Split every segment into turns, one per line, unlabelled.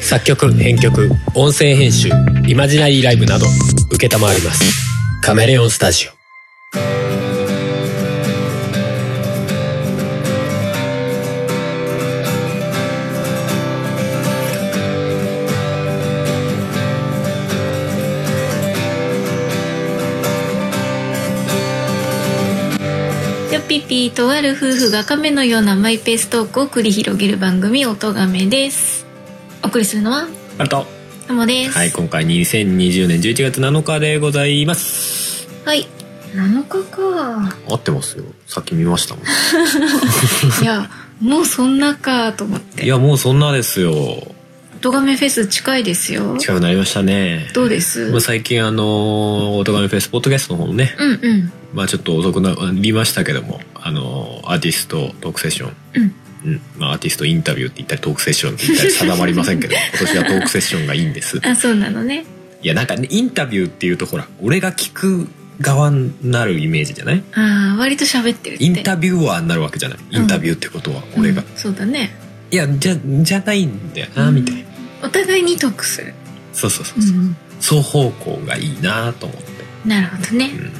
作曲編曲音声編集イマジナリーライブなど承りますカメレオンスタジオ
ヨッピッピーとある夫婦が亀のようなマイペーストークを繰り広げる番組「おとがめ」ですお送りするのは
あと
ともです
はい今回2020年11月7日でございます
はい、7日か
合ってますよさっき見ましたもん
いやもうそんなかと思 っ
い
て
やもうそんなですよ
おとがめフェス近いですよ
近くなりましたね
どうです
まあ、最近あのおとがめフェスポッドキャストの方のね、
うんうん
まあ、ちょっと遅くなりましたけどもあのアーティストトークセッション
うん
うんまあ、アーティストインタビューって言ったりトークセッションって言ったり定まりません けど今年はトークセッションがいいんです
あそうなのね
いやなんかねインタビューっていうとほら俺が聞く側になるイメージじゃない
ああ割と喋ってるって
インタビュアーになるわけじゃないインタビューってことは俺が、
うんそうだね
いやじゃじゃないんだよなみたいな、
お互いに得する、
そうそうそううそう、
ん、
双方向がいいなと思って、
なるほど
う
ね
ん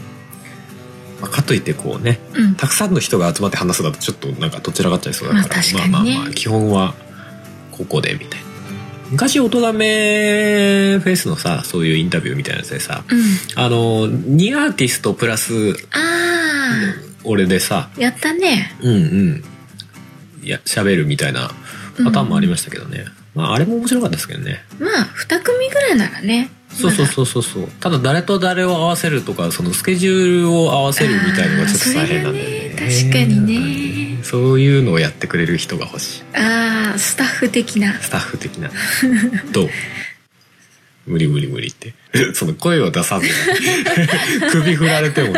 まあ、かといってこうね
うん
たくさんの人が集まって話すだとちょっとなんかどちらがっちゃいそうだから、
まあ確かにね
まあまあまあ基本はここでみたいな昔音だめフェスのさそういうインタビューみたいなやつでさ
うん
あの2アーティストプラス
あ
俺でさ
あやったね
うんうんいや喋るみたいなパターンもありましたけどね、まああれも面白かったですけどね
まあ2組ぐらいならね
そうそうそうそうそう ただ誰と誰を合わせるとかそのスケジュールを合わせるみたいのがちょっと大変なんだよね
あーそれがね確かにね
そういうのをやってくれる人が欲しい
まだああスタッフ的な
スタッフ的 などう無理無理無理って その声を出さずに 首振られて も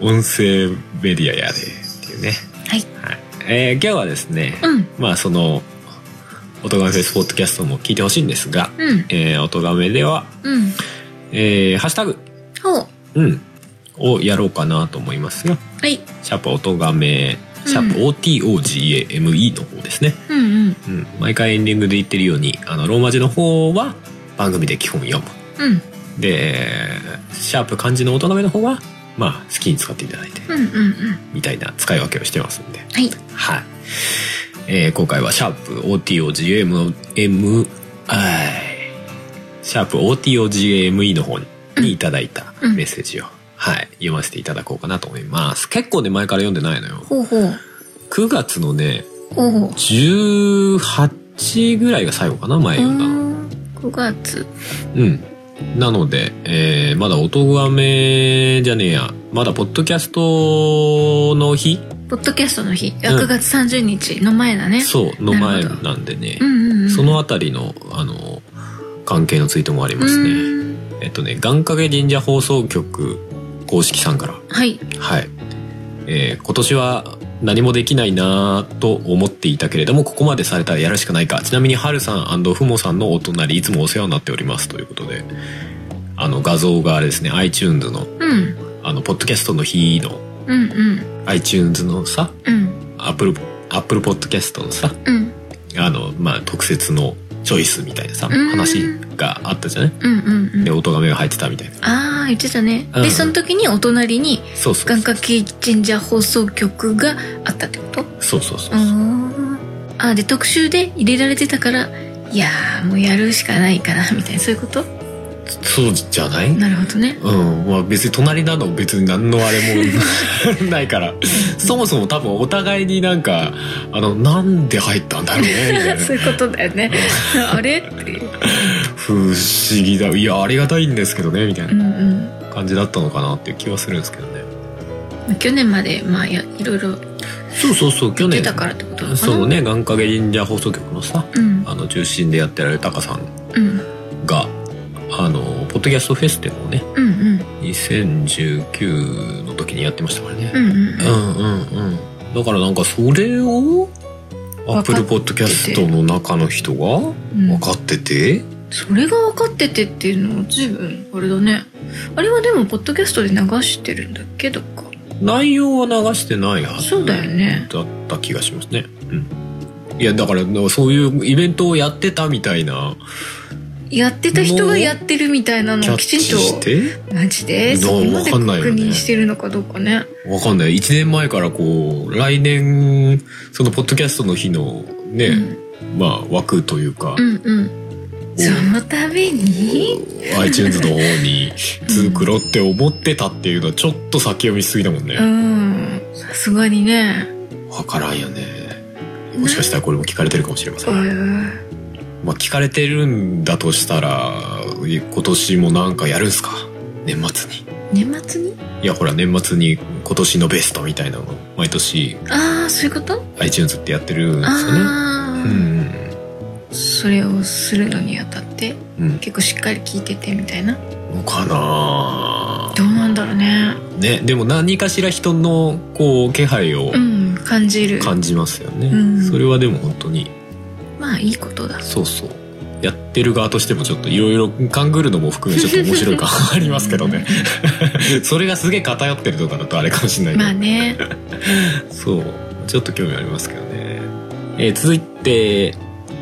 音声メディアやでっていうね、
はい
はいえー今日はですね、
うん
まあその「おとがめフェスポッドキャスト」も聞いてほしいんですが
うん
「えー、おとがめ」では「
うん
えーハッシュタグ、
ほう
うん、をやろうかなと思いますよ。
はい
シャープ音がめ、シャープ OTOGAME の方ですね。
うんうん
うん、毎回エンディングで言ってるように、あの、ローマ字の方は番組で基本読む。
うん
で、シャープ漢字の音がめの方は、まあ、好きに使っていただいて、
うんうんうん
みたいな使い分けをしてますんで。
はい
はい。えー今回はシャープ OTOGAMI、シャープ OTOGAME の方に
うん
いただいたメッセージを、はい、読ませていただこうかなと思います。結構ね、前から読んでないのよ。
ほうほう
9月のね、
ほうほう
18ぐらいが最後かな、前読んだの。
9月
うん。なので、えーまだ音がめじゃねえや、まだポッドキャストの日、
ポッドキャストの日
うん
9月30日の前だね
そう、の前
なるほ
なんでね。
うんうんうん
そのあたりの、あの、関係のツイートもありますね。
うん
えっとね、願掛け神社放送局公式さんから。
はい
はい。えー今年は何もできないなぁと思っていたけれども、ここまでされたらやるしかないか。ちなみに、はるさんふもさんのお隣、いつもお世話になっておりますということで、あの、画像があれですね、iTunes の、
うん
あの、ポッドキャストの日の、
うんうん
iTunes のさ、
うん
アップル、アップルポッドキャストのさ、
うん
あの、まあ、特設のチョイスみたいなさ、
ん
話があったじゃない
うんうんうん
で、音が目が入ってたみたいな。
ああ言ってたね、
うん
でその時にお隣に
そうそうそう。
願掛け神社放送局があったってこと
そうそうそう
あ。ーあーで特集で入れられてたからいやーもうやるしかないかなみたいなそういうこと
そうじゃない
なるほどね
うん。まあ別に隣なの別に何のあれも ないから。そもそも多分お互いになんか、あの、なんで入ったんだろうね。みたいな
そういうことだよねあれっていう
不思議だ。いや、ありがたいんですけどね、みたいうなん
うん
感じだったのかなっていう気はするんですけどね。
去年までまあやいろいろ
そうそうそう、去
出
年。
たからってことなのかな
そうね、願掛け神社放送局のさ、
うん
あの、中心でやってられるタカさん
うん
が、あの、ポッドキャストフェスっていうのをね、
うんうん
2019の時にやってましたからね
う。んうん
うんうんうん。だからなんかそれを、アップルポッドキャストの中の人が
うん
分かってて、
それが分かっててっていうのも随分あれだねあれはでもポッドキャストで流してるんだっけどっか
内容は流してないはず
そうだよね
だった気がしますね。うん。いやだからそういうイベントをやってたみたいな
やってた人がやってるみたいな
キ
の
ャ
を
ッ
きち
チ
ん
し
と
て
マジで
な
そこまで
わか
確
んないよね
認してるのかどうかね
わかんない1年前からこう来年そのポッドキャストの日のね、まあ枠というか、
うんうん
お
そのために
iTunes の方に通くろって思ってたっていうのはちょっと先読みしすぎだもんね
う、んさすがにね
わからんよねもしかしたらこれも聞かれてるかもしれませ、
うんん
まあ、聞かれてるんだとしたら今年もなんかやるんすか年末に
年末に
いやほら年末に今年のベストみたいなの毎年
ああそういうこと
iTunes ってやってるんですよね
あ
う
あ、
ん
それをするのにあたって
うんうん
結構しっかり聞いててみたいな
のかな
どうなんだろうね
ねでも何かしら人のこう気配を
うん感じる
感じますよね、
うん
それはでも本当に
まあいいことだ
そうそうやってる側としてもちょっといろいろ勘ぐるのも含めちょっと面白い感ありますけどね それがすげえ偏ってるとかだとあれかもしれないけど、
まあね
そうちょっと興味ありますけどね、えー続いて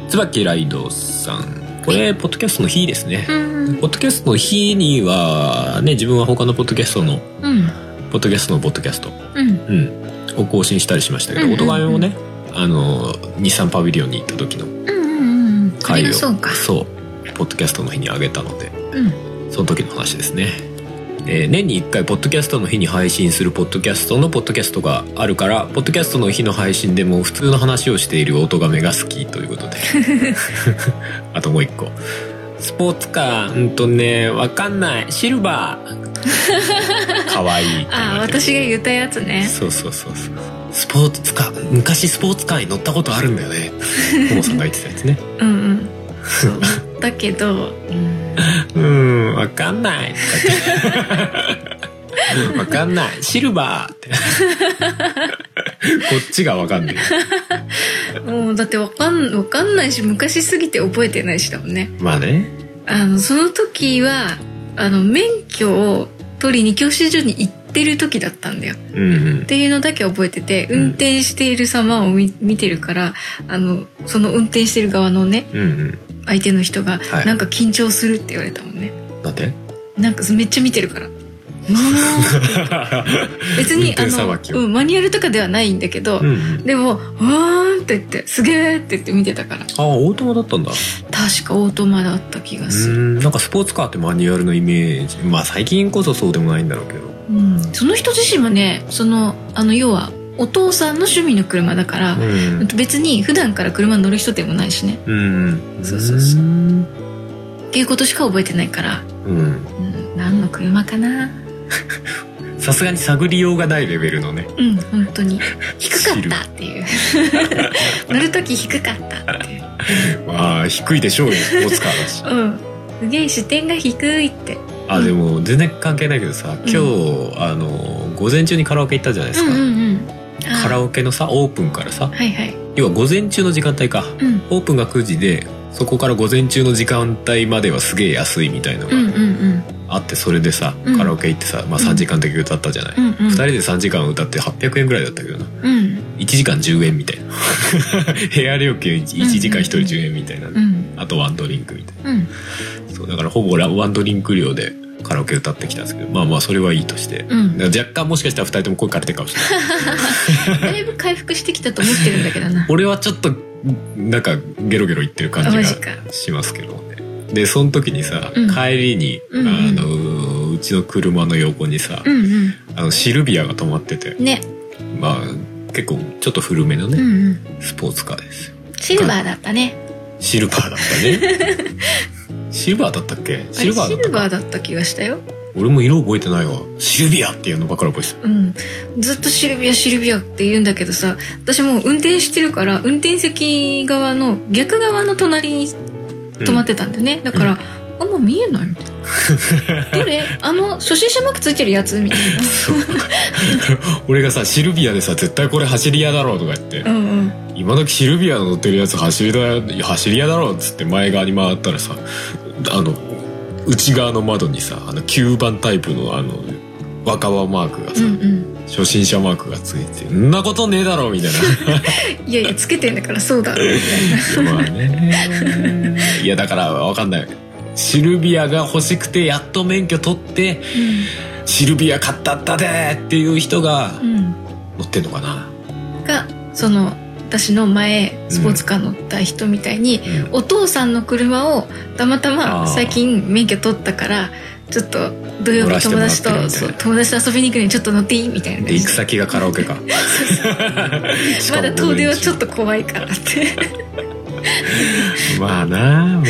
椿ライドさんこれポッドキャストの日ですね
う、ん
ポッドキャストの日にはね自分は他のポッドキャストの
うん
ポッドキャストのポッドキャスト
うん
うん、を更新したりしましたけど、
うんうんう
音
ん
がめもねあの日産パビリオンに行った時の
うんうんうんそ
回
れ
を
がそうか
そうポッドキャストの日にあげたので
うん
その時の話ですね、えー年に1回ポッドキャストの日に配信するポッドキャストのポッドキャストがあるからポッドキャストの日の配信でも普通の話をしている音がめが好きということで あともう一個スポーツカーうんとねわかんないシルバ ーかわいいって言わ
あ
れ
あ
てる
私が言ったやつね
そうそうそうそうスポーツカー昔スポーツカーに乗ったことあるんだよ ねともさんが言ってたやつね
うんうんそうだけど
うんわかんない とか言ってわかんないシルバーってこっちがわかんない
もうだってわかんわかんないし昔すぎて覚えてないしだもんね
まあね
あのその時はあの免許を取りに教習所に行ってる時だったんだよ
うんうん
っていうのだけ覚えてて
ん
運転している様を見見てるからあのその運転してる側のね
うんうん
相手の人が、
はい
なんか緊張するって言われたもんね
なん で
なんかめっちゃ見て るからもう別
運
にあ
転さばきを
の、うん、マニュアルとかではないんだけど、
うんうん
でも「わーん」って言って「すげえ」って言って見てたから
ああオートマだったんだ
確かオートマだった気が
う
する、
んなんかスポーツカーってマニュアルのイメージまあ最近こそそうでもないんだろうけど
うんその人自身もねそのあの要はお父さんの趣味の車だから、
うん
別に普段から車に乗る人でもないしね
うん
そうそうそう
うん
っていうことしか覚えてないから、
うん
うん、何の車かな
さすがに探りようがないレベルのね
うん本当に低か
知る
ったっていう 乗る時低かったっていう
まあ低いでしょうよスポーツカーだし
うんすげえ視点が低いって
あでも全然関係ないけどさ今日、あの午前中にカラオケ行ったじゃないで
う
す
ん
か、
うんうんあ
カラオケのさオープンからさ
はいはい
要は午前中の時間帯か
うん
オープンが9時でそこから午前中の時間帯まではすげえ安いみたいの
う
が
んうんうん
あって、それでさ
うん
カラオケ行ってさ、まあ、3時間だけ歌ったじゃない、
うんうん
2人で3時間歌って800円ぐらいだったけどな
うん
1時間10円みたいな 部屋料金1時間1人10円みたいな、
うん
あとワンドリンクみたいな
うん
そうだからほぼラワンドリンク量でカラオケ歌ってきたんですけどまあまあそれはいいとして、
うん
だから若干もしかしたら2人とも声かれてるかもしれない
だいぶ回復してきたと思ってるんだけ どな
俺はちょっとなんかゲロゲロ言ってる感じ
マ
が
ジか
しますけどねでその時にさ、
うん
帰りに、
うんうん
あのうちの車の横にさ、
うんうん
あのシルビアが止まってて
ね
まあ結構ちょっと古めの
うん
ね、
うん
スポーツカーですよ
シルバーだったね
シルバーだった ねシルバーだったっけ
あ
シ
れ
ルバーだ
シ
った
ル
か
バーだった気がしたよ
俺も色覚えてないわシルビアっていうのばっかり覚えてた
うん、ずっとシルビアシルビアって言うんだけどさ私もう運転してるから運転席側の逆側の隣に止 まってたんだよね、だから、
うん
あんま見えないみたいなどれあの初心者マークついてるやつみたい
俺がさシルビアでさ絶対これ走り屋だろうとか言って、
なうんうん
今時シルビアの乗ってるやつ走りだ走り屋だろうっつって前側に回ったらさあの内側の窓にさあの吸盤タイプのあの若葉マークが
う
さ、
んうん
初心者マークがついてんなことねえだろみたい
いやいやつけてんだからそう だろうみたいな
なまあね いやだからわかんないシルビアが欲しくてやっと免許取ってシルビア買ったったでーっていう人が
うん、うん
乗ってんのかな、
がその私の前スポーツカー乗った人みたいに、
うん
お父さんの車をたまた
あ
ま
ー
最近免許取ったからちょっと土曜日友達
乗ら
と
せても
そう
らって
友達と遊びに行くのにちょっと乗っていいみたいな
で
感
行
じ
く
で
先がカラオケかしか
ま
も
だ
午前
遠出
中
はちょっと怖いからって
まあなまあな、 ま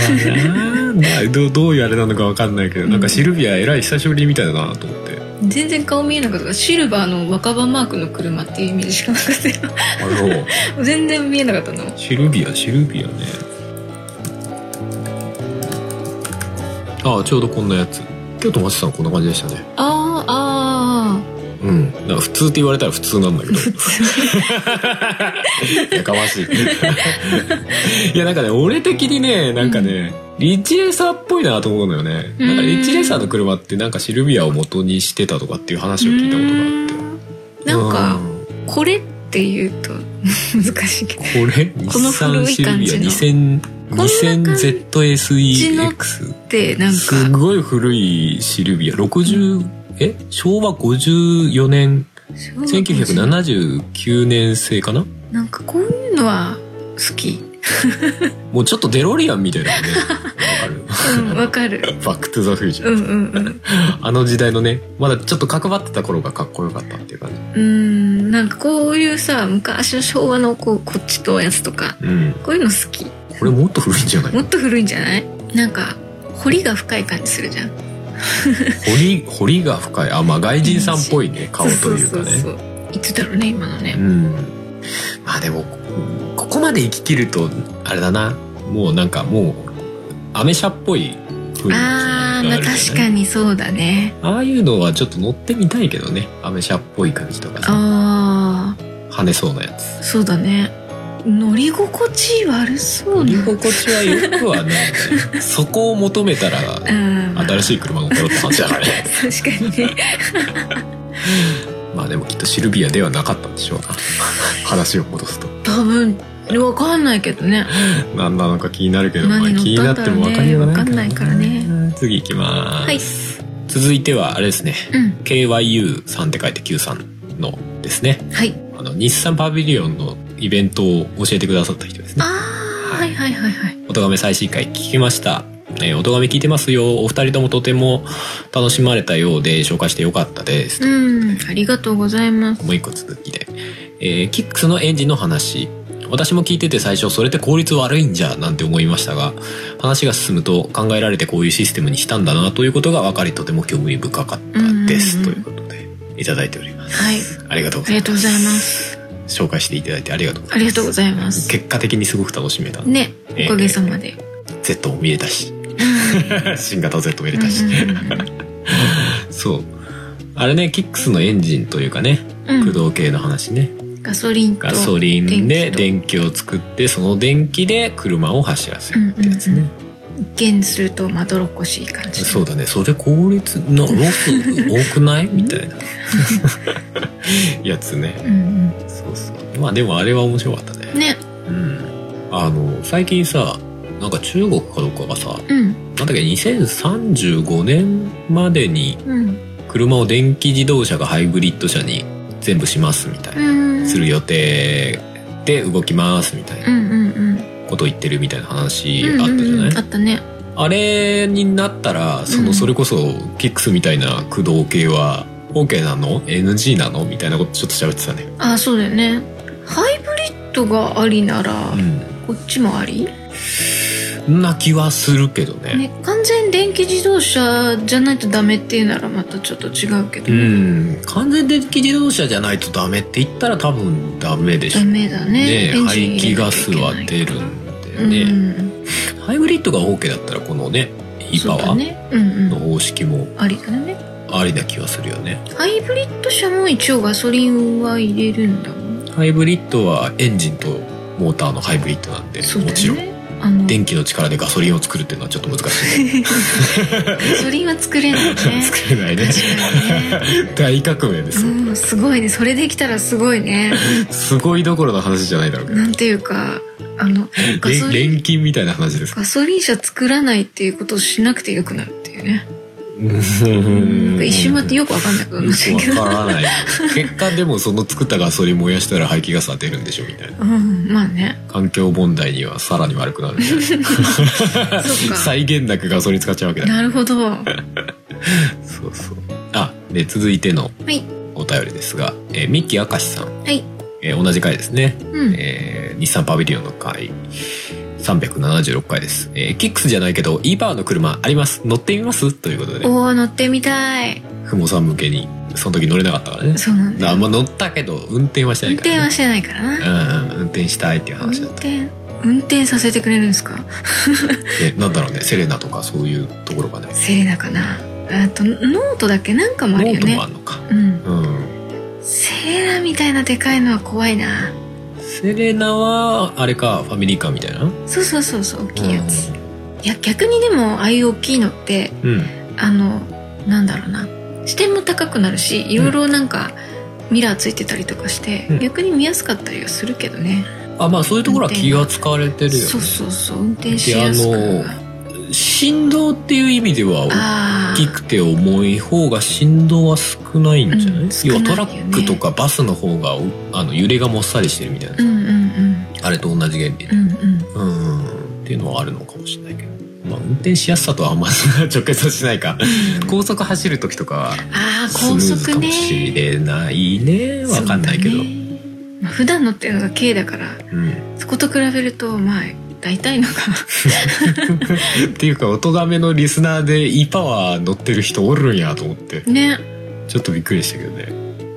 あ、どうどういうあれなのかわかんないけど、なんかシルビアえらい久しぶりみたいだなと思って
全然顔見えなかったからシルバーの若葉マークの車っていうイメージしかなかったよ
あの
全然見えなかったの
シルビアシルビアねああちょうどこんなやつ今日と松さんこんな感じでしたね
ああ
うんなんか普通って言われたら普通なんだけどやかましい いやなんかね俺的にねなんかね、リッチレーサーっぽいなと思うのよねなんかリッチレーサーの車ってなんかシルビアを元にしてたとかっていう
あー
話を聞いたことがあっ
うーん
て
なんか
うん
これっていうと 難しいけど
これ
この古い感じの
日産
こんな
シルビア
感じ
2000ZSEX
でなんか
すごい古いシルビア60え昭和54年1979年製かな
なんかこういうのは好き。
もうちょっとデロリアンみたいだよ ねわか
うん、わかる。
るバックトゥザフュージョ
う
ン
んうんうん。
あの時代のねまだちょっと角張ってた頃がかっこよかったっていう感じ
うん、なんかこういうさ、昔の昭和のこう、こっちとやつとか、
うん
こういうの好き。
これもっと古いんじゃない
もっと古いんじゃないなんか、彫りが深い感じするじゃん。
彫り彫りが深いあまあ外人さんっぽいね顔というか
そそそ
ね
そう。いつだろうね、今の
う
ね。
んまあでもこここまで生ききるとあれだなもうなんかもうアメ車っぽい雰囲気
あー、
が
ま
あ
あ
るじゃない
確かにそうだね。
ああいうのはちょっと乗ってみたいけどねアメ車っぽい感じとかさ
あ
跳ねそうなやつ
ー、そうだね。乗り心地悪そう
乗
な。
り心地はよくはないねそこを求めたら
うん。
新しい車乗ったろって感じだ からね
確かにね。
まあでもきっとシルビアではなかったんでしょうな話を戻すと
多分、わかんないけどね。
何なのか気になるけど、まあ、
何乗
気に
った
なんっ
だ
て
ろうね
も分かりようがない
わかんないから
次行きます、
はい。
続いてはあれですね
うん。
KYU さんって書いて Q さんのですね
はい。
あの日産パビリオンのイベントを教えてくださった人ですね
ああ、
は
はいいはいはいはい。
音亀最新回聞きました。えー、音亀聞いてますよ。お二人ともとても楽しまれたようで、紹介してよかったです。
うん、ありがとうございます。
もう一個続きで。えーキックスのエンジンの話。私も聞いてて最初、それって効率悪いんじゃ、なんて思いましたが、話が進むと考えられてこういうシステムにしたんだな、ということが分かり、とても興味深かったです。
うん
と
う
いう
ん
うんことで、いただいております。
はい。
ありがとうご
あ
ざ
り
い
が
ま
とうございます。
す。紹介していただいてありがとうございま
あ
す。
りがとうございます。
結果的にすごく楽しめた。
ね、
えー
おかげさまで。
Z も見れたし、新型 Z も見れたし。そう。あれね、キックスのエンジンというかね、
うんうん
駆動系の話ね。
ガソリンと。
ガソリンで
電
電気を作って、その電気で車を走らせるってやつ
うん
ね。
一見するとまどろっこしい感じ。
そうだね、それ効率な、ロス多くないみたいな やつね。
うん
そうそう。まあでもあれは面白かった
うん。
ね。
ね、
うん。あの、最近さ、なんか中国かどっかがさ、なん
うん、
だっけ、2035年までに
うん。
車を電気自動車がハイブリッド車に全部しますみたいな。
うん。
する。予定で動きますみたいうなん
うんうん。
ことを言ってるみたいな話
うん
あったじゃない、
うんうんあったね。
あれになったらそうの
ん
それこそキックスみたいな駆動系は OK なの ?NG なのみたいなことちょっと喋ってたね。
あ、そうだよね。ハイブリッドがありなら、
う
こっちもあり
ん。な気はするけどね。
ね、完全電気自動車じゃないとダメっていうならまたちょっと違うけど、
うん。完全電気自動車じゃないとダメって言ったら多分ダメでしょ
ダ。メだね
ね
エンジン
排気
入れ
ガ
なきゃい
ス
けない
は出るんだよね。
うん
ハイブリッドが OK だったらこのね、イパ
そう
ワ
だ
ー
ねうん
の
うん
方式も
ありだね
ありな気はするよね。
ハイブリッド車も一応ガソリンは入れるんだもん
ハイブリッドはエンジンとモーターのハイブリッドなんで、
そうだ
もち
よ
ろん。
ねあの
電気の力でガソリンを作るっていうのはちょっと難しいね
ガソリンは作れないね
作れないね
確かにね
大革命です、
うん、すごいねそれできたらすごいね
すごいどころの話じゃないだろうけど
なんていうかあのガソ
れ
リン
錬金みたいな話です
ガソリン車作らないっていうことをしなくてよくなるっていうねなんか一
一
瞬待ってよくわかんなくなっちゃうけ
よく
ど
わからない結果でもその作ったガソリン燃やしたら排気ガスは出るんでしょみたいな
うんまあね
環境問題にはさらに悪くなるみたい
そっ
な
か
際限なくガソリン使っちゃうわけだ
なるほどは
そうそうあで続いての
い
お便りですが、えー、ミッキー明石さん、
はい
えー同じ回ですね
うん
えー日産パビリオンの回376回です、えーキックスじゃないけど e パワーの車あります乗ってみますということで
おお乗ってみたい
ふもさん向けにその時乗れなかったからね
そうなんだ
あんま乗ったけど運転はしてな
運
いか
転
ら、
は
ね、
してないからな
うんうん運転したいっていう
運
話だった
転運転させてくれるんですか
でなんだろうねセレナとかそういうところがね
セレナかなあとノートだっけなんかも
ノ
あるよ
ート
ね
もあんのか
うん
うん
セレナみたいなでかいのは怖いな
セレナはあれかファミリーカーみたいな
そうそうそうそう大きいやつ、いや逆にでもああいう大きいのって
うんうん
あのなんだろうな視点も高くなるしいろいろなんか、ミラーついてたりとかして、
うん
逆に見やすかったりはするけどね、
あまあそういうところは気が使われてるよね
そうそうそう運転しやすくなる
であ振動っていう意味では
あ
大き
ー
くて重い方が振動は少ないんじゃない,、
うん少
要
ないよ
は
ね
トラックとかバスの方がおあの揺れがもっさりしてるみたいな、
うんうんうん
あれと同じ原理
う
で、
ん うん
うん、っていうのはあるのかもしれないけどまあ運転しやすさとはあんま直結はしないか高速走る時とかは
ああ
スム
高
ーズか
速
も
ね
しれないねわかんないけど
そううだねまあ普段乗ってるのが軽だからそこと比べるとまあ大体の
ん、
が
っていうか音がめのリスナーで e パワー乗ってる人おるんやと思って
ね
ちょっとびっくりしたけどね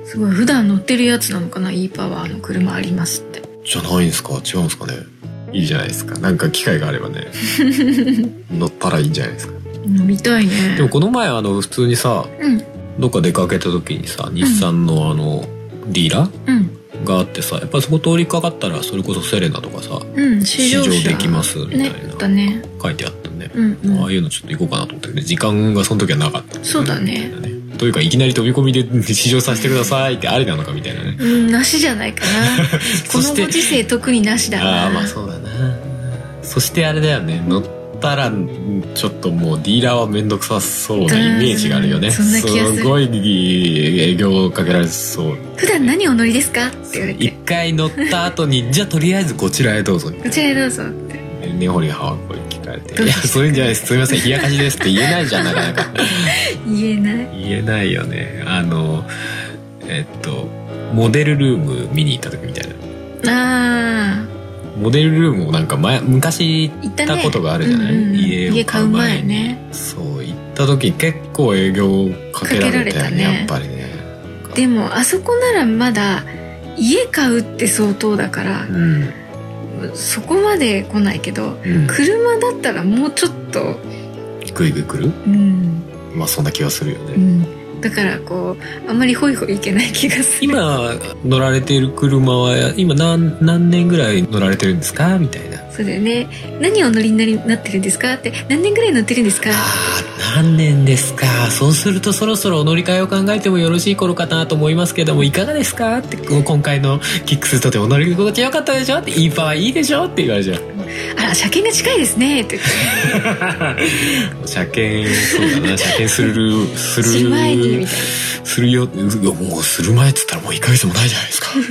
すごい普段乗ってるやつなのかな e パワーの車ありますって
じゃないんですか違うんですかねいいじゃないですかなんか機会があれ ばね乗ったらいいんじゃないですか
飲みたいね
でもこの前あの普通にさ
うん
どっか出かけた時にさ日産のあのディーラー
うん
があってさやっぱそこ通りかかったらそれこそセレナとかさ
うん試
試
乗
乗
車
できますみた
ね
いな、
だね
書いてあったね、
うんうん
ああいうのちょっと行こうかなと思ったけど時間がその時はなかったん
そうだね
みたいなというかいきなり飛び込みで試乗させてくださいってありなのかみたいなね
うんなしじゃないか なこ
そ
の
して
ご時世特になしだな
ああまあそうだなそしてあれだよね乗ったらんちょっともうディーラーは面倒くさそうなイメージがあるよね
うんそんな気がする
ごい営業をかけられそう
普段何をお乗りですかって言われ
一
て
回乗った後にじゃあとりあえずこちらへどうぞみ
こち
たい
らへどうぞって
な根掘り葉掘り聞かれて「
ど
い
うで
や
すか
そういうんじゃないですすみません冷やかしです」って言えないじゃんな かなか
言えない
言えないよねあのえっとモデルルーム見に行った時みたいな
あ
モデルルームをなんか前昔
あ行ったね
行ったことがあるじゃない、
うんうん
家を
家買う前ね
そう行った時結構営業かけられたよね
かけられたね
やっぱりね
でもあそこならまだ家買うって相当だから
う、ん
そこまで来ないけど
うん
車だったらもうちょっと
グイグイ来る
うん、
まあそんな気がするよ
う
ね、
ん、だからこうあんまりホイホイいけない気がする
今乗られている車は今何何年ぐらい乗られてるんですかみたいな
そうだよね何をお乗りになりなってるんですかって何年ぐらい乗ってるんですか
あー何年ですかそうするとそろそろお乗り換えを考えてもよろしい頃かなと思いますけどもいかがですかってこう今回のキックスとてお乗り心地よかったでしょっていいパワーいいでしょって言われちゃう
あら車検が近いですねって言って
車検そう だな車検するする
する前にみたい
するようわもうする前っつったらもう1ヶ月もないじゃないですか
な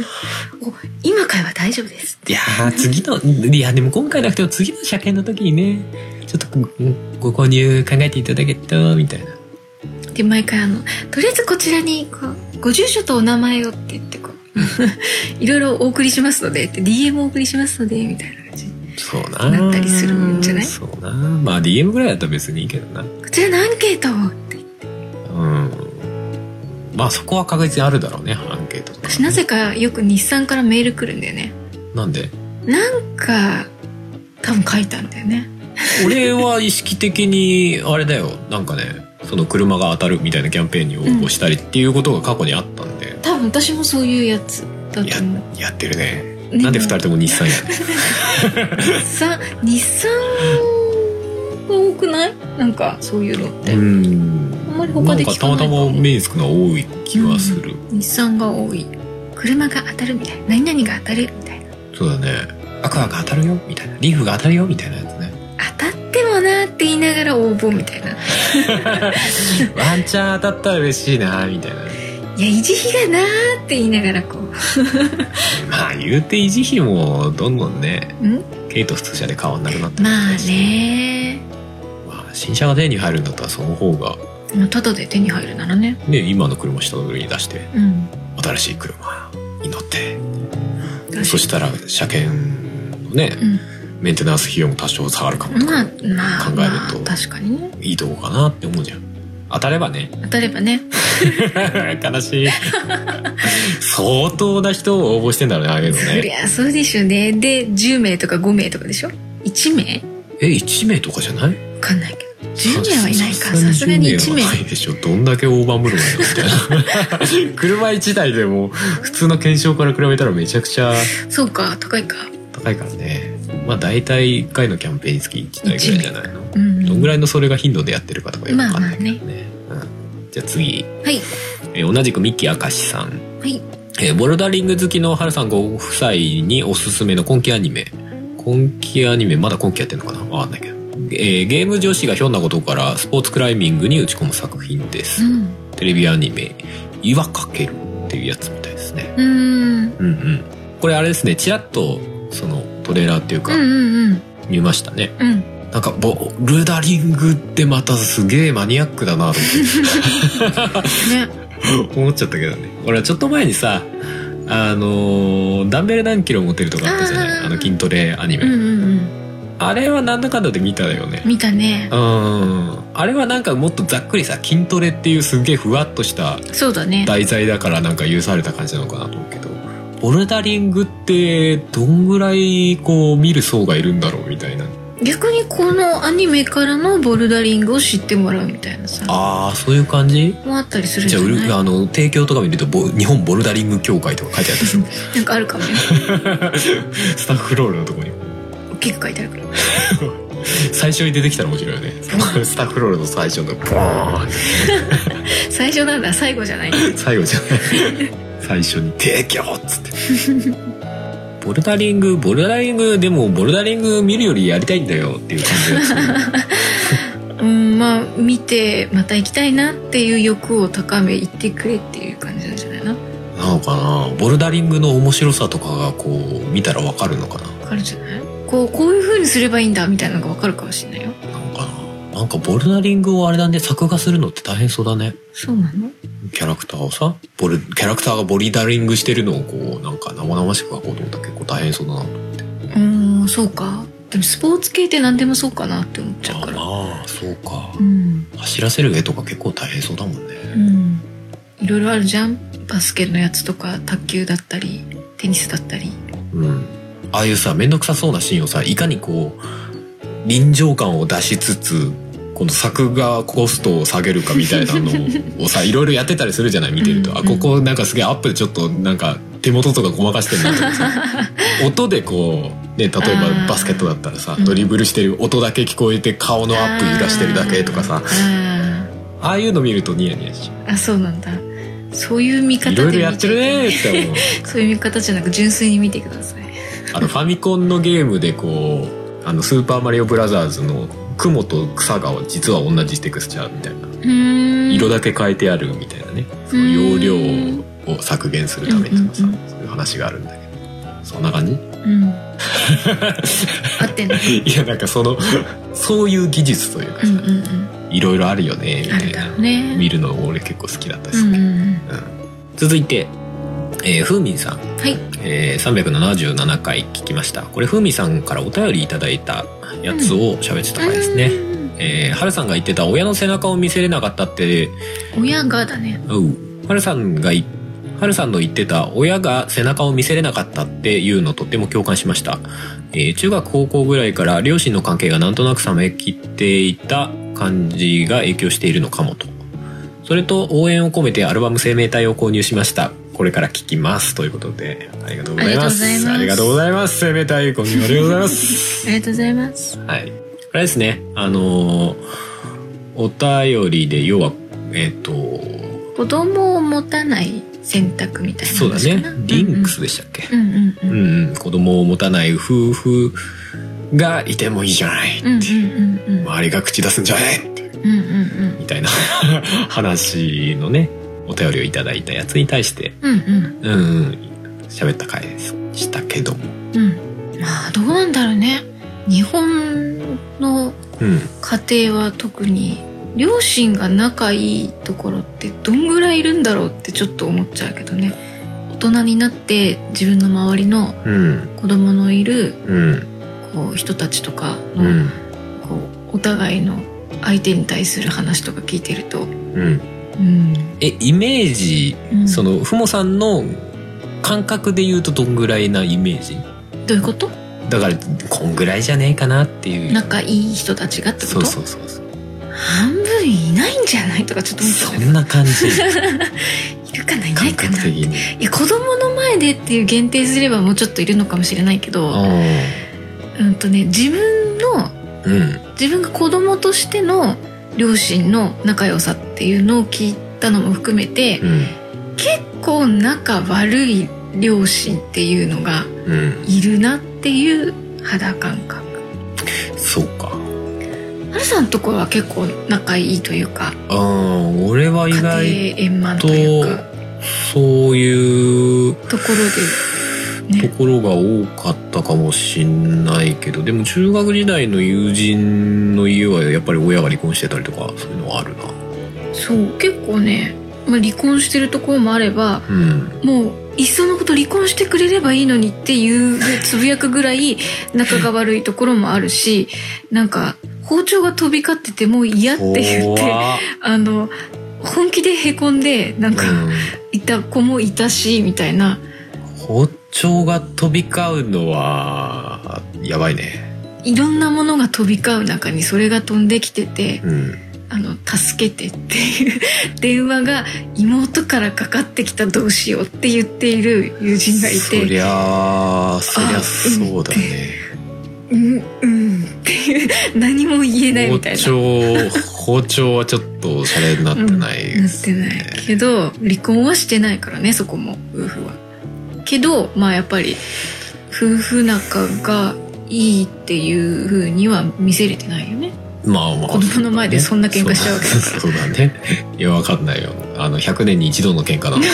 お今からは大丈夫です
いやー次のいやでも今回なくても次の車検の時にねちょっとごご購入考えていただけたみたいな
で毎回あのとりあえずこちらにこうご住所とお名前をって言ってこう いろいろお送りしますのでって DM お送りしますのでみたいな感じ
そうな
なったりするんじゃない
そうなまあ DM ぐらいだったら別にいいけどな
こちらのアンケートをって
うんまあそこは確実にあるだろうねアンケートとか
私なぜかよく日産からメール来るんだよね
なんで
なんか多分書いたんだよね
俺は意識的にあれだよなんかねその車が当たるみたいなキャンペーンに応募したりっていうことが過去にあったんで、
多分私もそういうやつだ
や
と思う
やってるね
ね
なんで2人とも日産や
日産日産が多くないなんかそういうのって、
ん
あんまり他で聞かない
んかたまたま目につくのは多い気はする、
日産が多い車が当たるみたいな何々が当たるみたいな
そうだねアクアが当たるよみたいなリーフが当たるよみたいなやつね
当たってもなーって言いながら応募みたいな
ワンチャン当たったら嬉しいなみたいない
や維持費がなーって言いながらこう
まあ言うて維持費もどんどんね
ん
軽と普通車で変わんなくなってる
まあね
まあ新車が手に入るんだったらその方が
まあただで手に入るならね
ね今の車下取りに出して
うん
新しい車に乗ってそ
確
したら車検のね
かに
メンテナンス費用も多少下がるかも
うん
と
ま
か
あまあ
考えると
まあ確かにね
いいとこかなって思うじゃん当たればね
当たればね
悲し い相当な人を応募してんだろうねああいうの
そり
ね
ゃそうでしょうねで10名とか5名とかでしょ1名
え1名とかじゃない
わかんないけど10名はいないかさすが
10
に1
は
名
ないでしょどんだけ大盤振る舞いだみた いな車1台でも普通の検証から比べたらめちゃくちゃ
そうか高いか
高いからねまあ大体1回のキャンペーンにつき1台ぐらいじゃないの
うん
どんぐらいのそれが頻度でやってるかとかよくわかんないけどね,、うん、じゃあ次、
はい
えー同じくミッキー明石さん、
はい
えーボルダリング好きのハルさんご夫妻におすすめの今期アニメ今期アニメまだ今期やってんのかなわかんないけどえーゲーム女子がひょんなことからスポーツクライミングに打ち込む作品です、
うん
テレビアニメ「岩かける」っていうやつみたいですね
うん
うんうんこれあれですねちらっとそのトレーラーっていうか
うんうんうん
見ましたね、
うん
なんかボルダリングってまたすげえマニアックだなと
ね
思って 思っちゃったけどね俺はちょっと前にさあのーダンベル何キロ持てるとかあったじゃない
あ
あ
ー
の筋トレアニメ、
うんうんうん
あれはなんだかんだで見たよね
見たね
うんあれはなんかもっとざっくりさ筋トレっていうすげえふわっとした
そうだね
題材だからなんか許された感じなのかなと思うけどボルダリングってどんぐらいこう見る層がいるんだろうみたいな
逆にこのアニメからのボルダリングを知ってもらうみたいなさ
ああそういう感じ
もあったりするん
じ
じ
ゃ
ゃ
あ売る
ない
あの提供とか見るとボ日本ボルダリング協会とか書いてあ ったりする
なんかあるかもよ
スタッフロールのとこに
大きく書いてあるから
最初に出てきたら面白いよね スタッフロールの最初のボーン
最初なんだ最後じゃない
最後じゃない 最初に提供っつって ボルダリングボルダリングでもボルダリング見るよりやりたいんだよっていう感 じがする
うんまあ見てまた行きたいなっていう欲を高め行ってくれっていう感じなんじゃないな
なのかなボルダリングの面白さとかがこう見たらわかるのかな
わかるじゃないこうこういう風にすればいいんだみたいなのがわかるかもしれないよ
なのかななんかボルダリングをあれだね作画するのって大変そうだね
そうなの
キャラクターをさボルキャラクターがボルダリングしてるのをこうなんか生々しく描こうと思ったら結構大変そうだなと思って
うんそうかでもスポーツ系って何でもそうかなって思っちゃうから
ああそうか
うん
走らせる絵とか結構大変そうだもんね
うんいろいろあるじゃんバスケのやつとか卓球だったりテニスだったり
うんああいうさ面倒くさそうなシーンをさいかにこう臨場感を出しつつこの作画コストを下げるかみたいなのをさいろいろやってたりするじゃない見てると、
うん
あここなんかすげえアップでちょっとなんか手元とかごまかしてるなとかさ 音でこう、ね、例えば
あー
バスケットだったらさ
うん
ドリブルしてる音だけ聞こえて顔のアップ揺らしてるだけとかさ
あ
ああいうの見るとニヤニヤしちゃ
ーあそうなんだそういう見
う
方
い
で
ろ
見
いろ
ちゃ
や
い
っ
け
て
な
る
い
ねーって思う。
そういう見方じゃなく純粋に見てください
あのファミコンのゲームでこうあのスーパーマリオブラザーズの雲と草が実は同じテクスチャーみたいな色
色
だけ変えてあるみたいなね、その容量を削減するためとかさ、
うんうん
そういう話があるんだけどそんな感じ
うん合ってんの
いやなんかその そういう技術というか
う
さ、
んうんうん
いろいろあるよねみ
あ
た
る
い
だ
な
ろうね
見るの俺結構好きだった
う
し、
んうんうん
続いて、えー、ふうみんさん
はい
えー377回聞きましたこれふみさんからお便りいただいたやつを喋ってた回ですね、
うん
えー、はるさんが言ってた親の背中を見せれなかったって
親がだね
うんはるさんがいはるさんの言ってた親が背中を見せれなかったっていうのとっても共感しました、えー中学高校ぐらいから両親の関係がなんとなく冷めきっていた感じが影響しているのかもとそれと応援を込めてアルバム生命体を購入しましたこれから聞きますということで、ありがとうございます。あ
あ
り
り
がと
がと
う
う
ご
ご
ざいます。攻めたいコミュありがとうございます。
ありがとうございます。
はい。これですね、あのーお便りで、要は、えっ、と、
子供を持たない選択みたいな
そうだ
話か
ね
な。、
リンクスでしたっけ、
うんうん。うん
う
うんうん。
んうん、子供を持たない夫婦がいてもいいじゃない、
うんうんうんうん。
周りが口出すんじゃない
うんうん
みたいな 話のねお便りをいただいたやつに対して
うん。うんうん。
うんうん喋った回ですしたけども、
うん。まあ、どうなんだろうね。日本の
うん、
家庭は特に両親が仲いいところってどんぐらいいるんだろうってちょっと思っちゃうけどね大人になって自分の周りの
うん
子供のいる
うん
こう人たちとか
う
の、
ん
こうお互いの相手に対する話とか聞いてると、
うん
うん
えイメージ
うん
そのふもさんの感覚で言うとどんぐらいなイメージ
どういうこと
だからこんぐらいじゃねえかなっていう
仲いい人たちがってこ
そ
と
うそうそうそう
半分いないんじゃないとかちょっと思っちゃう
そんな感 じ
いるかないな
感
いか
覚
な
的に
いや子供の前でっていう限定すればもうちょっといるのかもしれないけど、うんとね、自分の
うん
自分が子供としての両親の仲良さっていうのを聞いたのも含めて
うん
結構仲悪い両親っていうのが
うん
いるなっていう肌感覚
そうか
ハルさんのところは結構仲いいというか
ああ俺は意
家庭
外
円満と
と
いうか
そういう
とこ
と
ろでね
ころが多かったかもしんないけどでも中学時代の友人の家はやっぱり親が離婚してたりとかそういうのはあるな
そう結構ね、まあ、離婚してるところもあれば
うん
もういっそのこと離婚してくれればいいのにっていうつぶやくぐらい仲が悪いところもあるしなんか包丁が飛び交っててもう嫌って言って
怖っ
あの本気でへこんでなんか
うん
いた子もいたしみたいな
包丁が飛び交うのはやばいね
いろんなものが飛び交う中にそれが飛んできてて
うん
「あの助けて」っていう 電話が妹からかかってきたどうしようって言っている友人がい
そ
て。
りゃそりゃ
あ
そうだね
うん、うんっていう、何も言えない
包
みたいな。
丁包丁はちょっとおしゃれになってないで
なっ
す
て
ね、
ないけど、離婚はしてないからね、そこも、夫婦は。けど、まあやっぱり、夫婦仲がいいっていう風には見せれてないよね。
まあまあ
子供の前でそんな喧嘩しちゃうわけだから
そうだそうだねいやわかんないよあの100年に一度の喧嘩なのか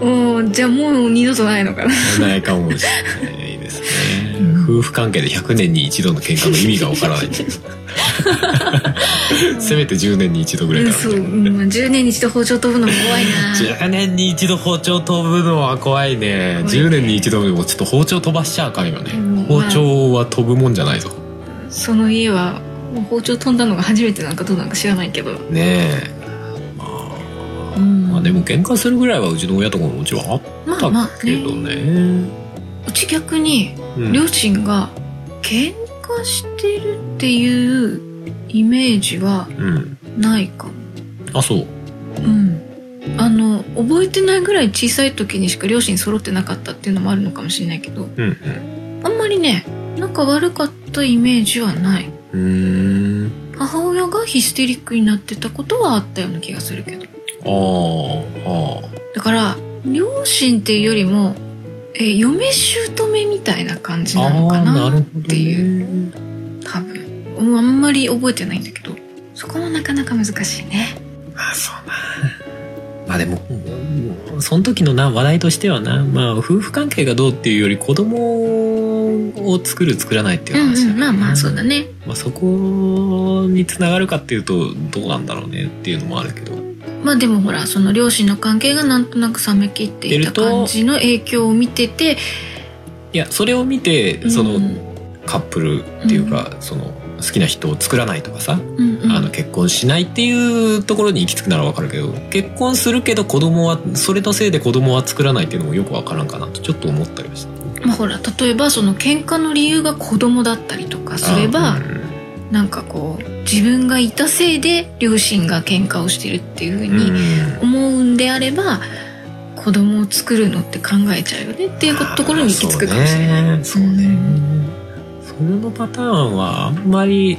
おーじゃあもう二度とないのかな。
もしれないかもしれないですね、
うん
夫婦関係で100年に一度の喧嘩の意味がわからないせめて10年に一度ぐらい
うん、
かな
そう、うん、まあ10年に一度包丁飛ぶのも怖いな。
10年に一度包丁飛ぶのは怖いね
怖いね
10年に一度でもちょっと包丁飛ばしちゃあかんよね、
うん
包丁は飛ぶもんじゃないぞ
その家は、もう包丁飛んだのが初めてなんかどうなんか知らないけど。
ねえまあ
うん
まあでも喧嘩するぐらいはうちの親とかももちろんあっ
まあま
た
あ
けど
ね。
ね。
うち逆に、
うん
両親が喧嘩してるっていうイメージは
うん。
ないかも。
あ、そう。
うん。あの、覚えてないぐらい小さい時にしか両親揃ってなかったっていうのもあるのかもしれないけど、
うん
あんまりね、仲悪かったイメージはない。
うん。うーん。
母親がヒステリックになってたことはあったような気がするけど。
ああ、あ
だから、両親っていうよりも、え、嫁姑みたいな感じ
あ。
なのか
ああ
な
ー
っていう。
う。
多分うんあんまり覚えてないんだけどそこもなかなか難しいね
まあそうな。まあでも、うんその時のな、話題としてはな、まあ夫婦関係がどうっていうより子供を作る作らないって
う
いう話
ん
だ
うんまあまあそうだ
ね。
ね
まあそこにつながるかっていうと、どうなんだろうねっていうのもあるけど。
まあでもほらその両親の関係がなんとなく冷めきっていた感じの影響を見てて
いや、それを見て、その、
うん
カップルっていうか、その好きな人を作らないとかさ、
うんうん
あの結婚しないっていうところに行き着くならわかるけど結婚するけど子供はそれのせいで子供は作らないっていうのもよくわからんかなとちょっと思ったりはした
まあほら例えばその喧嘩の理由が子供だったりとかすれば
う
なんかこう自分がいたせいで両親が喧嘩をしてるっていうふうんに思うんであれば子供を作るのって考えちゃうよねっていうところに行き着くかもしれない。
いそうねそう
う
ね
ん
そのパターンはあんまり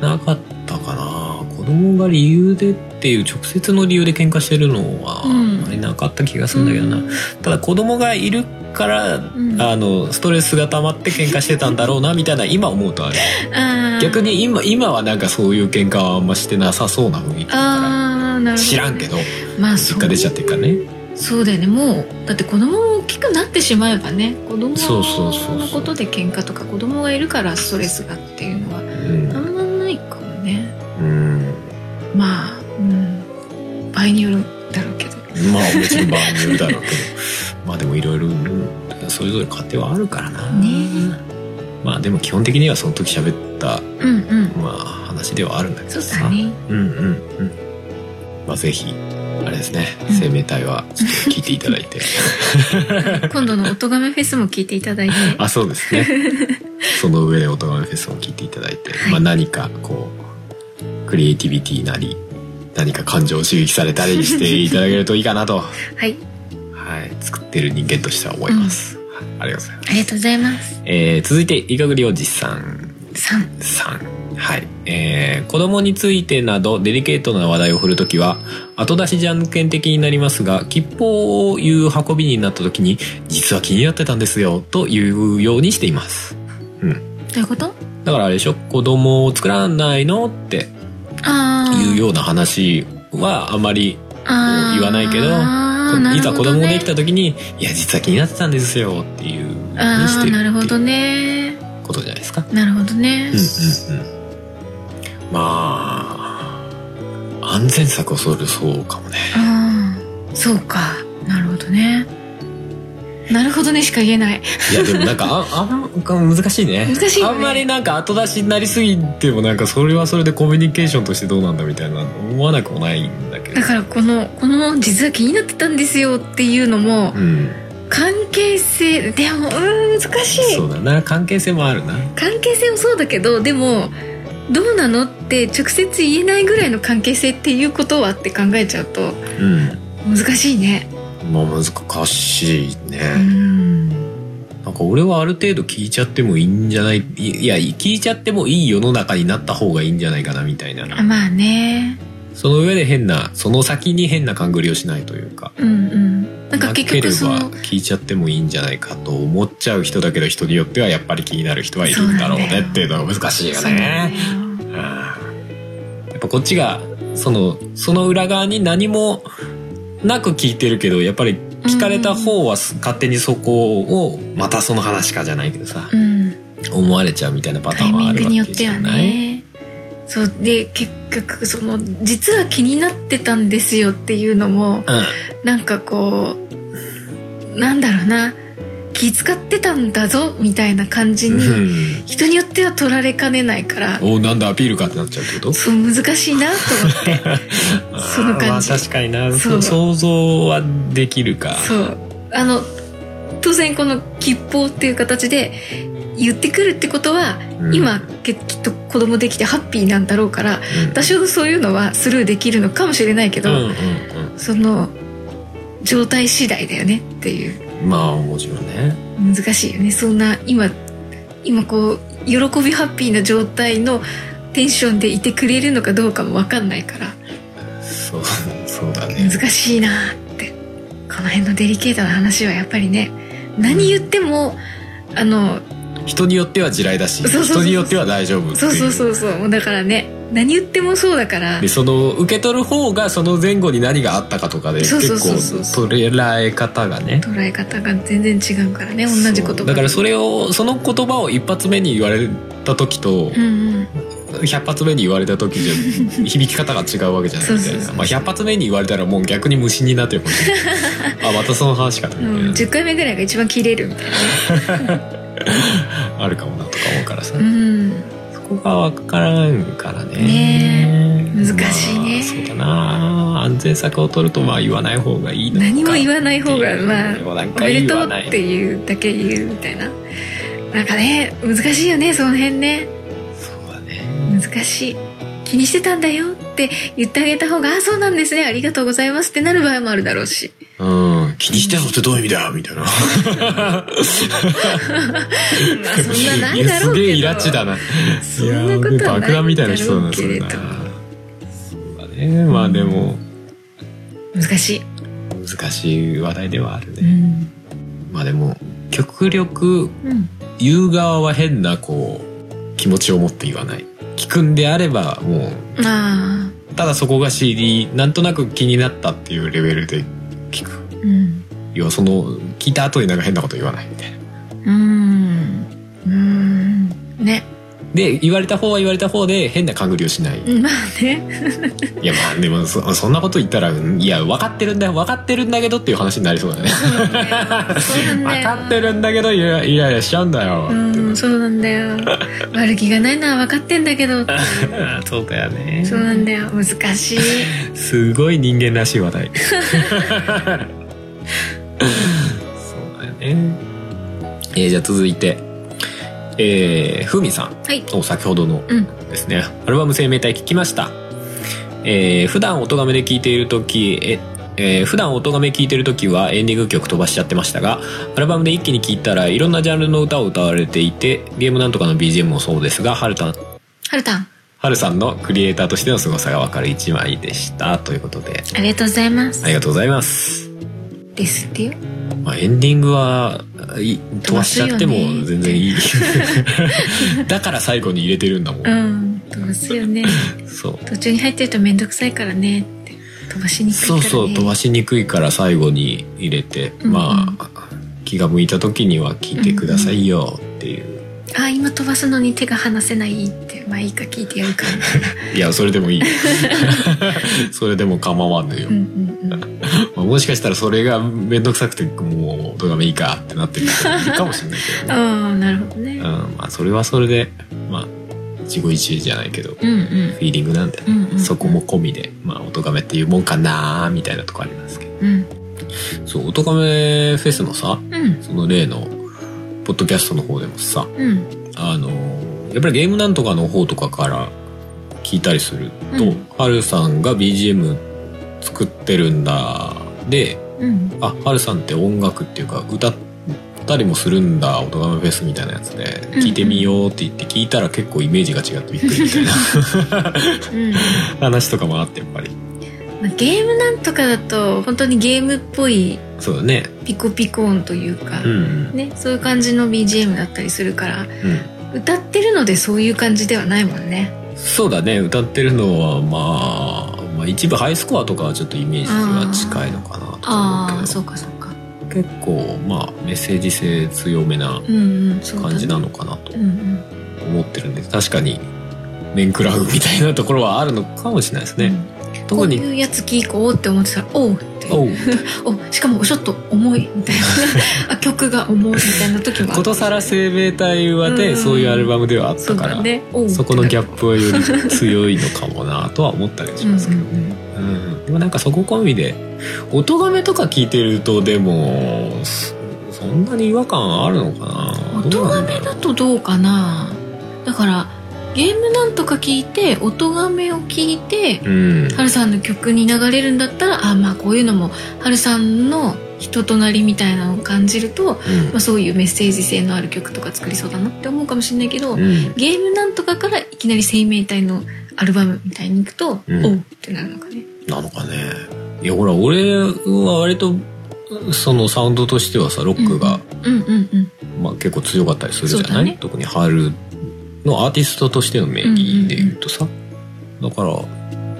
なかったかな子供が理由でっていう直接の理由で喧嘩してるのはあ
うん
んまりなかった気がするんだけどな、ただ子供がいるから、
ん
あのストレスが溜まって喧嘩してたんだろうなみたいな今思うとある
あー
逆に今今はなんかそういう喧嘩はあんましてなさそうな雰囲気だか
あー
ら
なるほど
知らんけど
まあ
実家出ちゃってるからね
そうだよねもうだって子供も大きくなってしまえばね子供
そうそうそう
のことで喧嘩とか子供がいるからストレスがっていうのはあんまないかもね
うん、うん
まあうん場合によるだろうけど
まあもちろん場合によるだろうけど まあでもいろいろうんそれぞれ家庭はあるからな、
ね
まあでも基本的にはその時喋った、
うんうん
まあ、話ではあるんだけ
そ
ど
う
さ
だね
うんうんうんまあぜひあれですね
うん
生命体はちょっと聞いていただ いて
今度のおとがめフェスも聞いていただいて
あそうですねその上でおとがめフェスも聞いていただいて、
はい
まあ何かこうクリエイティビティなり何か感情を刺激されたりしていただけるといいかなと
はい
はい作ってる人間としては思います、はいありがとうございます
ありがとうございます
えー続いてイカグリおじさん
さん
さんはい、えー子供についてなどデリケートな話題を振るときは後出しじゃんけん的になりますが吉報をいう運びになったときに実は気になってたんですよというようにしています
どういうこと
だからあれでしょ子供を作らないのって
ああ
いうような話はあまり
あー
言わないけど
あー
いざ子供ができ
なるほどね
たときに「いや実は気になってたんですよ」っていうふうに
あ
して
あ
る
なる
っ
ほ
てい
ど
う
ね
ことじゃないですか
なるほどね、
うんうんうんまあ安全策をそるそうかも ね
ああそうかなるほどねなるほどねしか言えない
いやでもなんかああん難しいね
難しいよ
あ
ね
んまりなんか後出しになりすぎてもなんかそれはそれでコミュニケーションとしてどうなんだみたいな思わなくもないんだけど
だからこのこの実は気になってたんですよっていうのも
うん
関係性でもうーん難しい
そうだな関係性もあるな
関係性もそうだけどでもどうなのって直接言えないぐらいの関係性っていうことはって考えちゃうと
うん
難しいね
まあ難しいね、
うん
なんか俺はある程度聞いちゃってもいいんじゃないいや聞いちゃってもいい世の中になった方がいいんじゃないかなみたいな
あまあね
その上で変なその先に変な勘繰りをしないというか
うんうんなんか結局そ
なけれ
の
ば聞いちゃってもいいんじゃないかと思っちゃう人だけど人によってはやっぱり気になる人はいるんだろう
そうなんだ
ね
よ
っていうのが難しいよ
そうなん
ね。
だよ
うんやっぱこっちがそのその裏側に何もなく聞いてるけどやっぱり聞かれた方は勝手にそこをまたその話かじゃないけどさ
うん
思われちゃうみたいなパタ
タ
ー
イ
ンは
ミ
あ
ン
る
グ
わ
によっ
け
て
じ
は
ゃない。
ねそうで結局その実は気になってたんですよっていうの
う
も
ん
なんかこうなんだろうな気遣ってたんだぞみたいな感じ
う
に
ん
人によっては取られかねないから
おなんだアピールかってなっちゃうってこと
そう難しいなと思って その感じ
あーまあ確かにな
そう
想像はできるか
そうあの当然この吉報っていう形で言ってくるってことは、
うん
今ききっと子供できてハッピーなんだろうから
うん
多少そういうのはスルーできるのかもしれないけど、
うんうん
その状態次第だよねっていう
うんまあもちろんね
難しいよねそんな今今こう喜びハッピーな状態のテンションでいてくれるのかどうかも分かんないから
そうそうだね
難しいなってこの辺のデリケートな話はやっぱりね何言ってもあの
人によっては地雷だし
そうそうそう
人によっては大丈夫っていう
そうそうそうそうもうだからね何言ってもそうだから
でその受け取る方がその前後に何があったかとかで
そう
結
そう
構
そうそう
捉え方がね
捉え方が全然違うからね同じ言葉
そうだからそれをその言葉を一発目に言われた時と、
うんうん
100発目に言われた時じ ゃ響き方が違うわけじゃないみた
そう
い
そうそ
な
う
まあ100発目に言われたらもう逆に無心になっても あまたその話かとみたいな
うん、10回目ぐらいが一番切れるみたいなね
あるかもなとか思うからさ、
うん
そこが分からんからね
ねえ難しいね
まあそうだな安全策を取るとまあ言わない方がいいのか
何も言
わ
わない方がまあ
あ
おめでとうっていうだけ言うみたいななんかね難しいよねその辺ね
そうだね
難しい気にしてたんだ よって言ってあげた方が「あそうなんですねありがとうございます」ってなる場合もあるだろうし
うん気にしてぞってどういう意味だみたいな。
まあそんなないだろ
す
うけど
げえイラチだな。
そんなことはない
爆弾みたいな人だな、それな。
だろう
そうだね。まあでも、
難しい、
難しい話題ではある
う
ね。
ん
まあでも、極力、
うん、
言う側は変な、こう、気持ちを持って言わない。聞くんであれば、も
ああ
う、ただそこが CD、なんとなく気になったっていうレベルで聞く。
うん
要はその、聞いた後になんか変なこと言わないみたいな。
うんうんね
で、言われた方は言われた方で変な勘繰りをしない。
まあ ね
いやまあでもそそんなこと言ったらうんいや分かってるんだよ分かってるんだけどっていう話になりそうだね
そうなんだよそうなん
分
だよ
かってるんだけどイライライラしちゃうんだよ
うんそうなんだ よ悪気がないのは分かってんだけど
そうだよね
そうなんだよ難 しい
すごい人間らしい話 題そうだよねえーじゃあ続いてえーふみさん
はい
お先ほどの
うん
ですねアルバム生命体聞きました、えー普段音がめで聴いている時ええー普段音がめ聴いてる時はエンディング曲飛ばしちゃってましたがアルバムで一気に聴いたらいろんなジャンルの歌を歌われていてゲームなんとかの BGM もそうですがはるたん
はるたん
はるさんのクリエイターとしての凄さが分かる一枚でしたということで
ありがとうございます
ありがとうございます、
ですってよ
まあ、エンディングはい飛ばしちゃっても全然いい だから最後に入れてるんだもん、
うん飛ばす よね
そう
途中に入ってると面倒くさいからねって飛ばしにくいか
そう
らね
そう飛ばしにくいから最後に入れて、
うん
まあ気が向いた時には聞いてくださいよっていう、
あ今飛ばすのに手が離せないってまあいいか聞いてや るかみたいない
やそれでもいい それでも構わぬよ、
うんうんうん
まあ、もしかしたらそれが面倒くさくてもうどがめいいかってなってる人もいるかもしれないけど、ね
ああなるほどね
うん、まあそれはそれでまあ一期一会じゃないけど、フ
うんうん
ィーリングなんで、
うんうん
そこも込みでまあ音がめっていうもんかなーみたいなとこありますけど
うん
そう音がめフェスのさ
うん
その例のポッドキャストの方でもさ
うん
あのやっぱりゲームなんとかの方とかから聞いたりすると、
うん
はるさんが BGM 作ってるんだで
うん
あはるさんって音楽っていうか歌ったりもするんだ音楽フェスみたいなやつで
うん
聞いてみようって言って聞いたら結構イメージが違ってびっくりみたいな
うん
話とかもあってやっぱり
まあゲームなんとかだと本当にゲームっぽい
そうだね
ピコピコ音というか、
うんうん
ね、そういう感じの BGM だったりするから歌ってるのでそういう感じではないもんね
うんそうだね歌ってるのはまあ、まあ、一部ハイスコアとかはちょっとイメージが近いのかなとか思
あ
う
あ
けど
そうかそうか
結構まあメッセージ性強めな
うんうんそうだね
感じなのかなと
うんうん
思ってるんで確かに面食らうみたいなところはあるのかもしれないですね、
こ
特
う
に
いうやつ聞こうって思ってたら「おう」って
おう
おしかもちょっと重いみたい なあ曲が重いみたいな時もある
ことさら生命体は
う
ね
ん
そういうアルバムではあった
そう
から
だねおう
そこのギャップはより強いのかもなとは思ったりしますけどね、うんでもなんかそこ込みで音がめとか聞いてるとでもそそんなに違和感あるのかな
音
どうな
が
ん
め
ろ
だ
う
とどうかなだからゲームなんとか聞いて音がめを聞いて
うん
ハルさんの曲に流れるんだったらあまあこういうのもハルさんの人となりみたいなのを感じると、
うん
まあ、そういうメッセージ性のある曲とか作りそうだなって思うかもしれないけど、
うん
ゲームなんとかからいきなり生命体のアルバムみたいに行くと、
うん
おうってなるのかね。
なのかねいやほら俺は割とそのサウンドとしてはさロックが、
うんうんうん
まあ、結構強かったりするじゃ
そう
な
だ
い、
ね
特に春のアーティストとしての名義で言うとさ、だから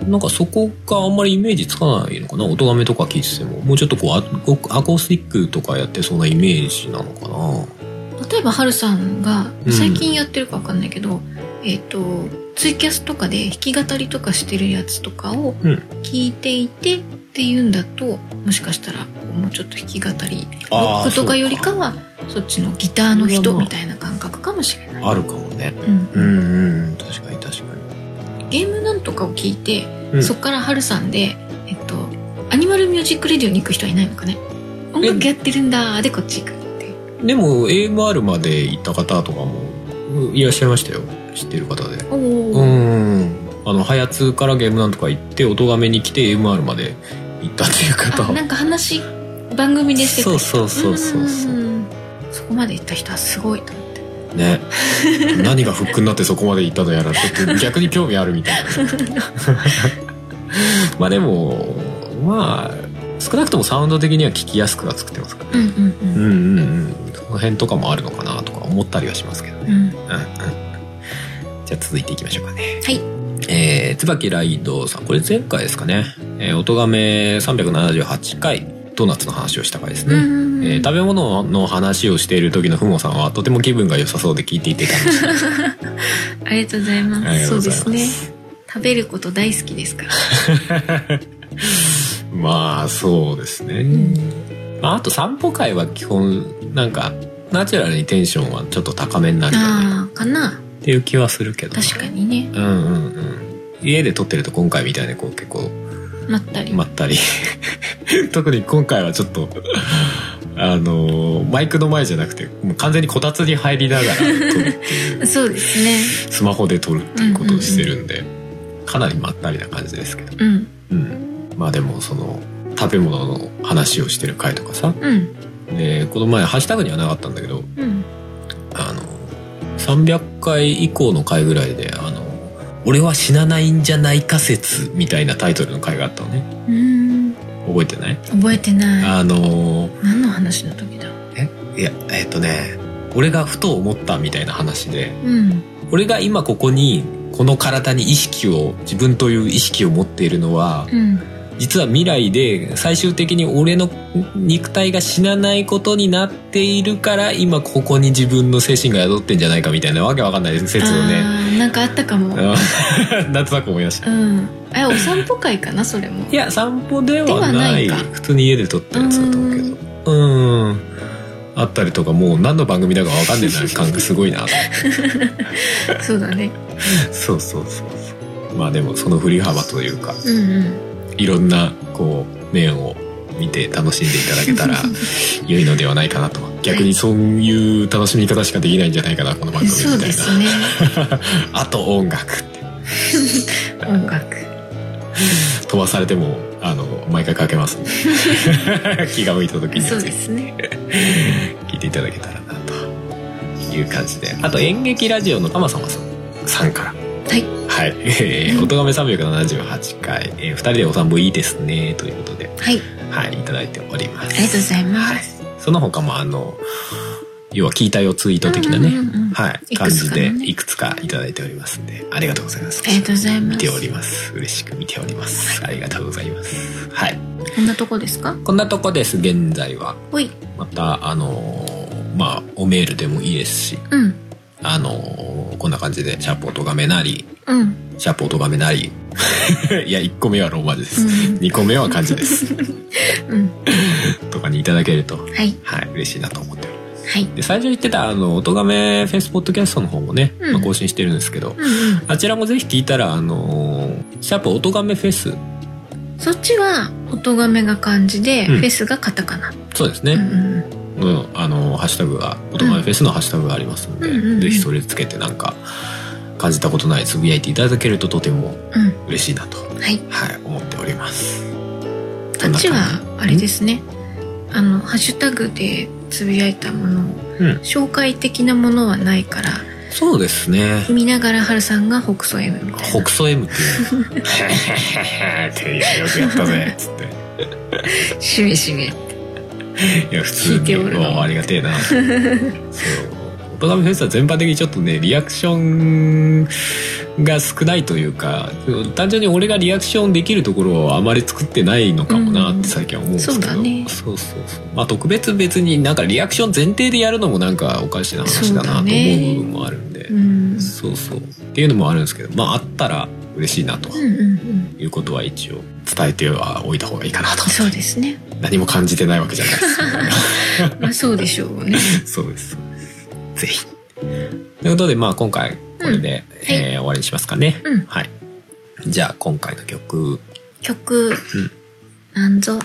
なんかそこがあんまりイメージつかないのかな音がめとか聞いててももうちょっとこうアコアコースティックとかやってそうなイメージなのかな
例えばハルさんが
うん
最近やってるか分かんないけど、えっ、とツイキャスとかで弾き語りとかしてるやつとかを
うん
聞いていてっていうんだともしかしたらこうもうちょっと弾き語りロ
あー
ックとかよりかはそっちのギターの
それ
人
はまあ
みたいな感覚かもしれない、
あるかもね
うん
うんうん確かに確か
ゲームなんとかを聞いて、
うん
そっからハルさんでえっ、とアニマルミュージックレディオに行く人はいないのかね音楽やってるんだーでこっち行くっていう
にでも AMR まで行った方とかもうんいらっしゃいましたよ知ってる方で
おお、
うんあのハヤツからゲームなんとか行って音がめに来て MR まで行ったっていう
あ
方
なんか話番組でしてた
そうそうそうそうそ
ん
うん
んそこまで行った人はすごいと思って
ね何がフックになってそこまで行ったのやらちょっと逆に興味あるみた いなねまあでもまあ少なくともサウンド的には聞きやすくは作ってますから
う
ね、
んうん
う、
うんん
うんうんその辺とかもあるのかなとか思ったりはしますけどね、
うん
うんうんじゃあ続いていきましょうかね。
はい。
えー、椿ライドさん。これ前回ですかね。えー、音亀378回、ドーナツの話をした回です
う
ね。
んうん
えー食べ物の話をしている時のふもさんはとても気分が良さそうで聞いていて楽しい。
ありがとうございま
ありがと
す そう
ご
う
ざ
で
います
すね食べること大好きですから
まあ、そうですね。まあ、あと散歩会は基本、なんか、ナチュラルにテンションはちょっと高めになるよね
ああかな
っていう気はするけど。
確か。にね
うんうんうん。家で撮ってると今回みたいにこう結構
まったり、
まったり 特に今回はちょっ とあのーマイクの前じゃなくてもう完全にこたつに入りながら撮るっていう
そうですね
スマホで撮るっていうことをしてるんで、かなりまったりな感じですけど、
うん
うん、まあでもその食べ物の話をしてる回とかさ
うん
でこの前ハッシュタグにはなかったんだけど
うん
あの300回以降の回ぐらいであの「俺は死なないんじゃないか説」みたいなタイトルの回があったのね
うーん
覚えてない
覚えてない
あのー
何の話の時だ
いやえっとね俺がふと思ったみたいな話で
うん
俺が今ここにこの体に意識を自分という意識を持っているのは
うん
実は未来で最終的に俺の肉体が死なないことになっているから今ここに自分の精神が宿ってんじゃないかみたいなわけわかんない説をね
あーなんかあったかも
うん なんとなく思い出した。
うんえお散歩会かなそれも
いや散歩ではない
ではないか
普通に家で撮ったやつだと思うけどうんあったりとかもう何の番組だかわかんねえな感覚すごいなと思って
そうだね
そうそうそうそうまあでもその振り幅というか
うん
いろんなこう面を見て楽しんでいただけた ら良いのではないかなと逆にそういう楽しみ方しかできないんじゃないかなこの番
うん
組み
そう
たい
で
な、
すね
あと音楽って
音楽
飛ばされてもあの毎回かけ ますんで気が向いた時に
そう
ぜ
で
ひ
すね
聞いていただけたらなという感じであと演劇ラジオのたまさまさんさんから
はい
はい。えー、
うん
おとがめ378回、えー、二人でお散歩いいですね、ということで、
はい
はい、いただいておりま
ありがとうご
す。
ざいます
その他も、あの、要は聞いたよツイート的なね、
うんうんうんうん
はい、
い
感
くつ
じ
かのね
で、いくつかいただいておりますんで、ありがとうございます。
ありがとうございます
見ております。嬉しく見ております。ありがとうございます。はい。
こんなとこですか
こんなとこです、現在は。
ほい
また、あのーまあ、おメールでもいいですし、
うん
あのーこんな感じで、シャープおとがめなり、
うん
シャープおとがめなり。 いや、1個目はローマ字です。
うん
2個目は漢字です。
うん
とかにいただけると、
はい
はい、嬉しいなと思っております。
はい
で、最初言ってた、あの、おとがめフェイスポッドキャストの方もね、
うん
まあ更新してるんですけど、
うんう
あちらもぜひ聞いたら、あのーシャープおとがめフェス、
んそっちは音がめが漢字で、
うん
フェスがカタカナ
そうです
うん
ね、
うん
の、あのーハッシュタグが、おとがめフェスのハッシュタグがありますので、
うんうんうん
ぜひそれつけてなんか、感じたことないつぶやいていただけるととても
うん
嬉しいなと、
うんはい
はい、思っております。
あっち
そんな感
はあれですねあのハッシュタグでつぶやいたものを
うん
紹介的なものはないから
じそうですね。
見ながら春さんが北総 M みたいな
北総 M っていう のていやよくやったぜつって
しめしめ
いや普通
聞い
に
ておるな
もうありがてえなそう「音めフェス」は全般的にちょっとねリアクションが少ないというか単純に俺がリアクションできるところをあまり作ってないのかもなって最近は思うんですけど、
うんそうだね
そうそうそうまあ特別別になんかリアクション前提でやるのもなんかおかしな話だなと思う部分もあるんで
うんうん
そうそうっていうのもあるんですけどまああったら嬉しいなと
うんうん
いうことは一応伝えてはおいた方がいいかなと
そうですね
何も感じてないわけじゃない
まあそうでしょうね
ですそうですぜひということでまあ今回これで、えー終わりにしますかね、
うん
はいじゃあ今回の曲
曲なんぞ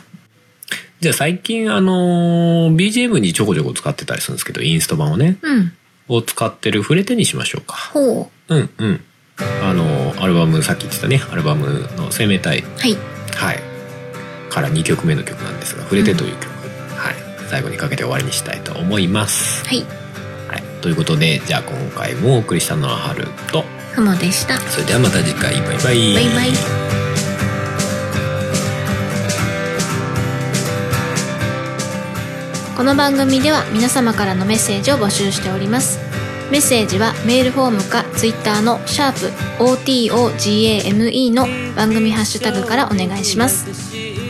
じゃあ最近あのー BGM にちょこちょこ使ってたりするんですけどインスト版をね
うん
を使ってる「触れて」にしましょうか
ほ
うんうんあのーアルバムさっき言ってたねアルバムの「生命体
うはい」
はいから2曲目の曲なんですが「触れて」という曲、最後にかけて終わりにしたいと思います。
はい
はい、ということでじゃあ今回もお送りしたのはハルと
ふもでした
それではまた次回バイバイ。
バイバイ
この番組では皆様からのメッセージを募集しておりますメッセージはメールフォームかツイッターのシャープ o t o g a m e の番組ハッシュタグからお願いします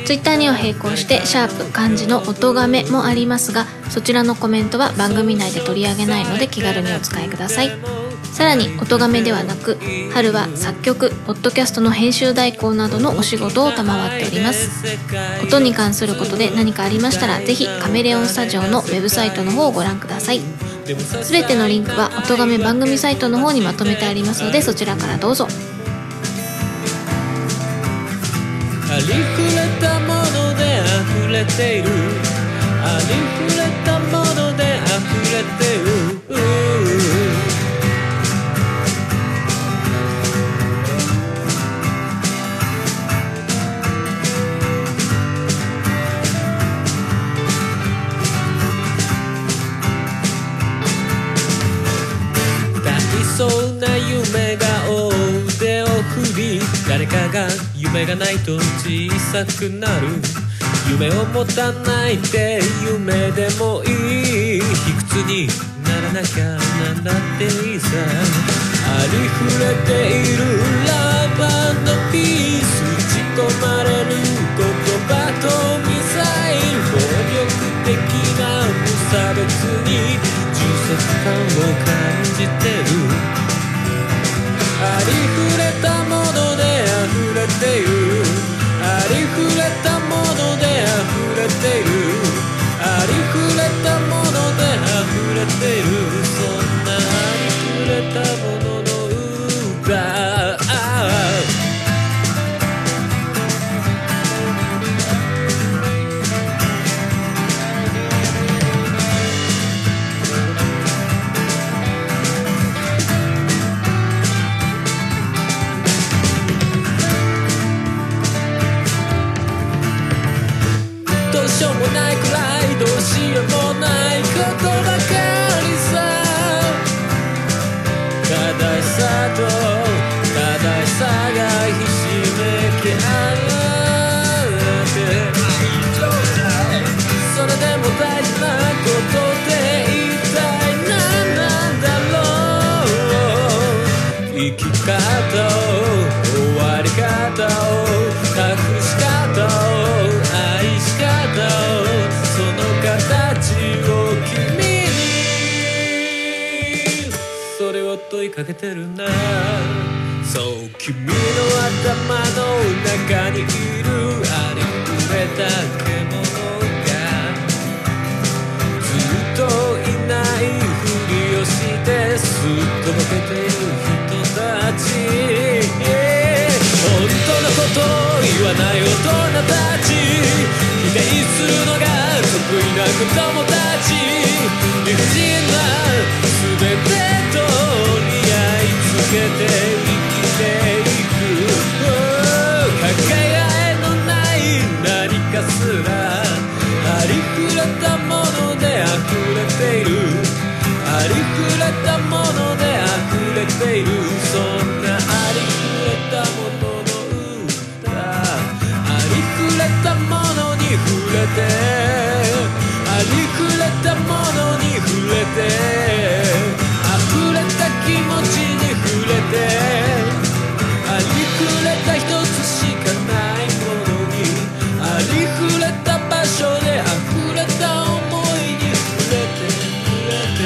ツイッターには並行してシャープ漢字の音がめもありますがそちらのコメントは番組内で取り上げないので気軽にお使いくださいさらに音がめではなく春は作曲ポッドキャストの編集代行などのお仕事を賜っております音に関することで何かありましたらぜひカメレオンスタジオのウェブサイトの方をご覧くださいすべてのリンクは音がめ番組サイトの方にまとめてありますのでそちらからどうぞ
ありふれたもので溢れているありふれたもので溢れてる抱きそうな夢が腕を振り誰かが夢がないと小さくなる夢を持たないで夢でもいい卑屈にならなきゃなんだっていいさありふれているラバーのピース打ち込まれる言葉とミサイル暴力的な無差別に充足感を感じてるありふれたもので溢れているありふれたもので溢れているありふれたもので溢れているそんなありふれたものの歌どうしようもないくらいどうしようもないことばかりさ正しさと正しさがひしめき合ってそれでも大事なことって一体何なんだろう生き方終わり方隠し方愛し方その形を君にそれを問いかけてるなそう君の頭の中にいるありふれた獣がずっといないふりをしてすっとぼけている人たち本当のことを言わない大人たち否定するのが得意な子供たち理不尽な全てと折り合いつけて生きていくかけがえのない何かすらありふれたもので溢れているありふれたもので溢れているそんなありふれたものの歌ありふれたものに触れてありふれたものに触れて溢れた気持ちに触れてありふれた一つしかないものにありふれた場所で溢れた想いに触れて触れて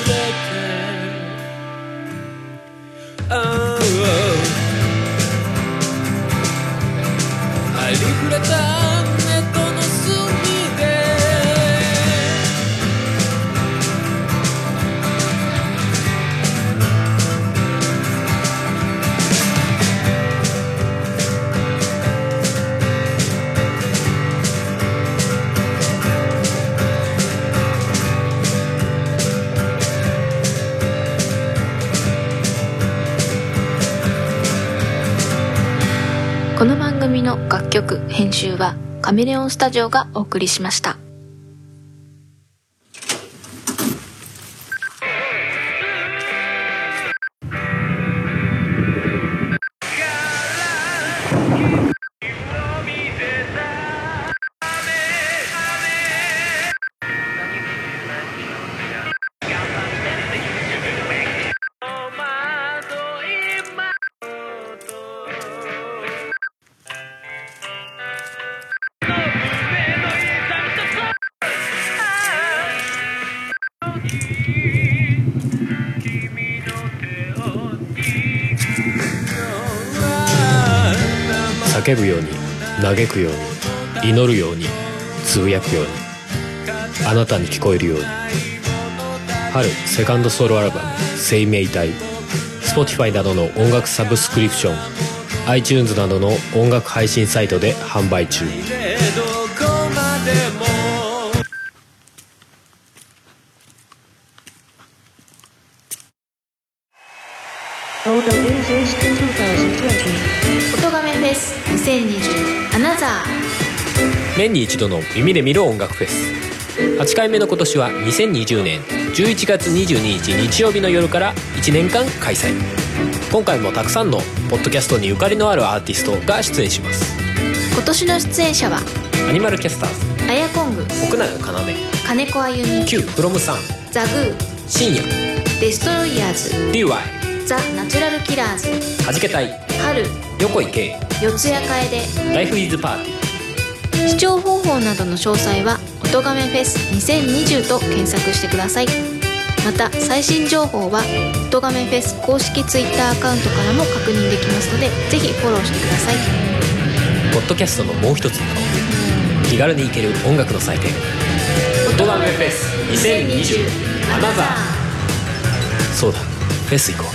触れてああありふれたネットの隅で
この番組の楽曲編集はカメレオンスタジオがお送りしました
叫ぶように嘆くように祈るようにつぶやくようにあなたに聞こえるように春セカンドソロアルバム「生命体」Spotify などの音楽サブスクリプション iTunes などの音楽配信サイトで販売中
でどこまでも
音がめフェス2020アナザ
年に一度の耳で見る音楽フェス8回目の今年は2020年11月22日日曜日の夜から1年間開催今回もたくさんのポッドキャストにゆかりのあるアーティストが出演します
ー今年の出演者は
アニマルキャスターズ
アヤコング
奥永要
金子あゆみ
Q プロムさん
ザグー
深夜
デストロイヤー
DY は
ズザ・ナチュラルキラーズ
じけたい
春
横井圭
四谷楓
ライフイズパーティ
視聴方法などの詳細は「おとがめフェス2020」と検索してくださいまた最新情報は「おとがめフェス」公式 Twitter アカウントからも確認できますのでぜひフォローしてください
ーポッドキャストのもう一つの顔気軽に行ける音楽の祭典
「
音亀フェス2020アナザそうだフェス行こう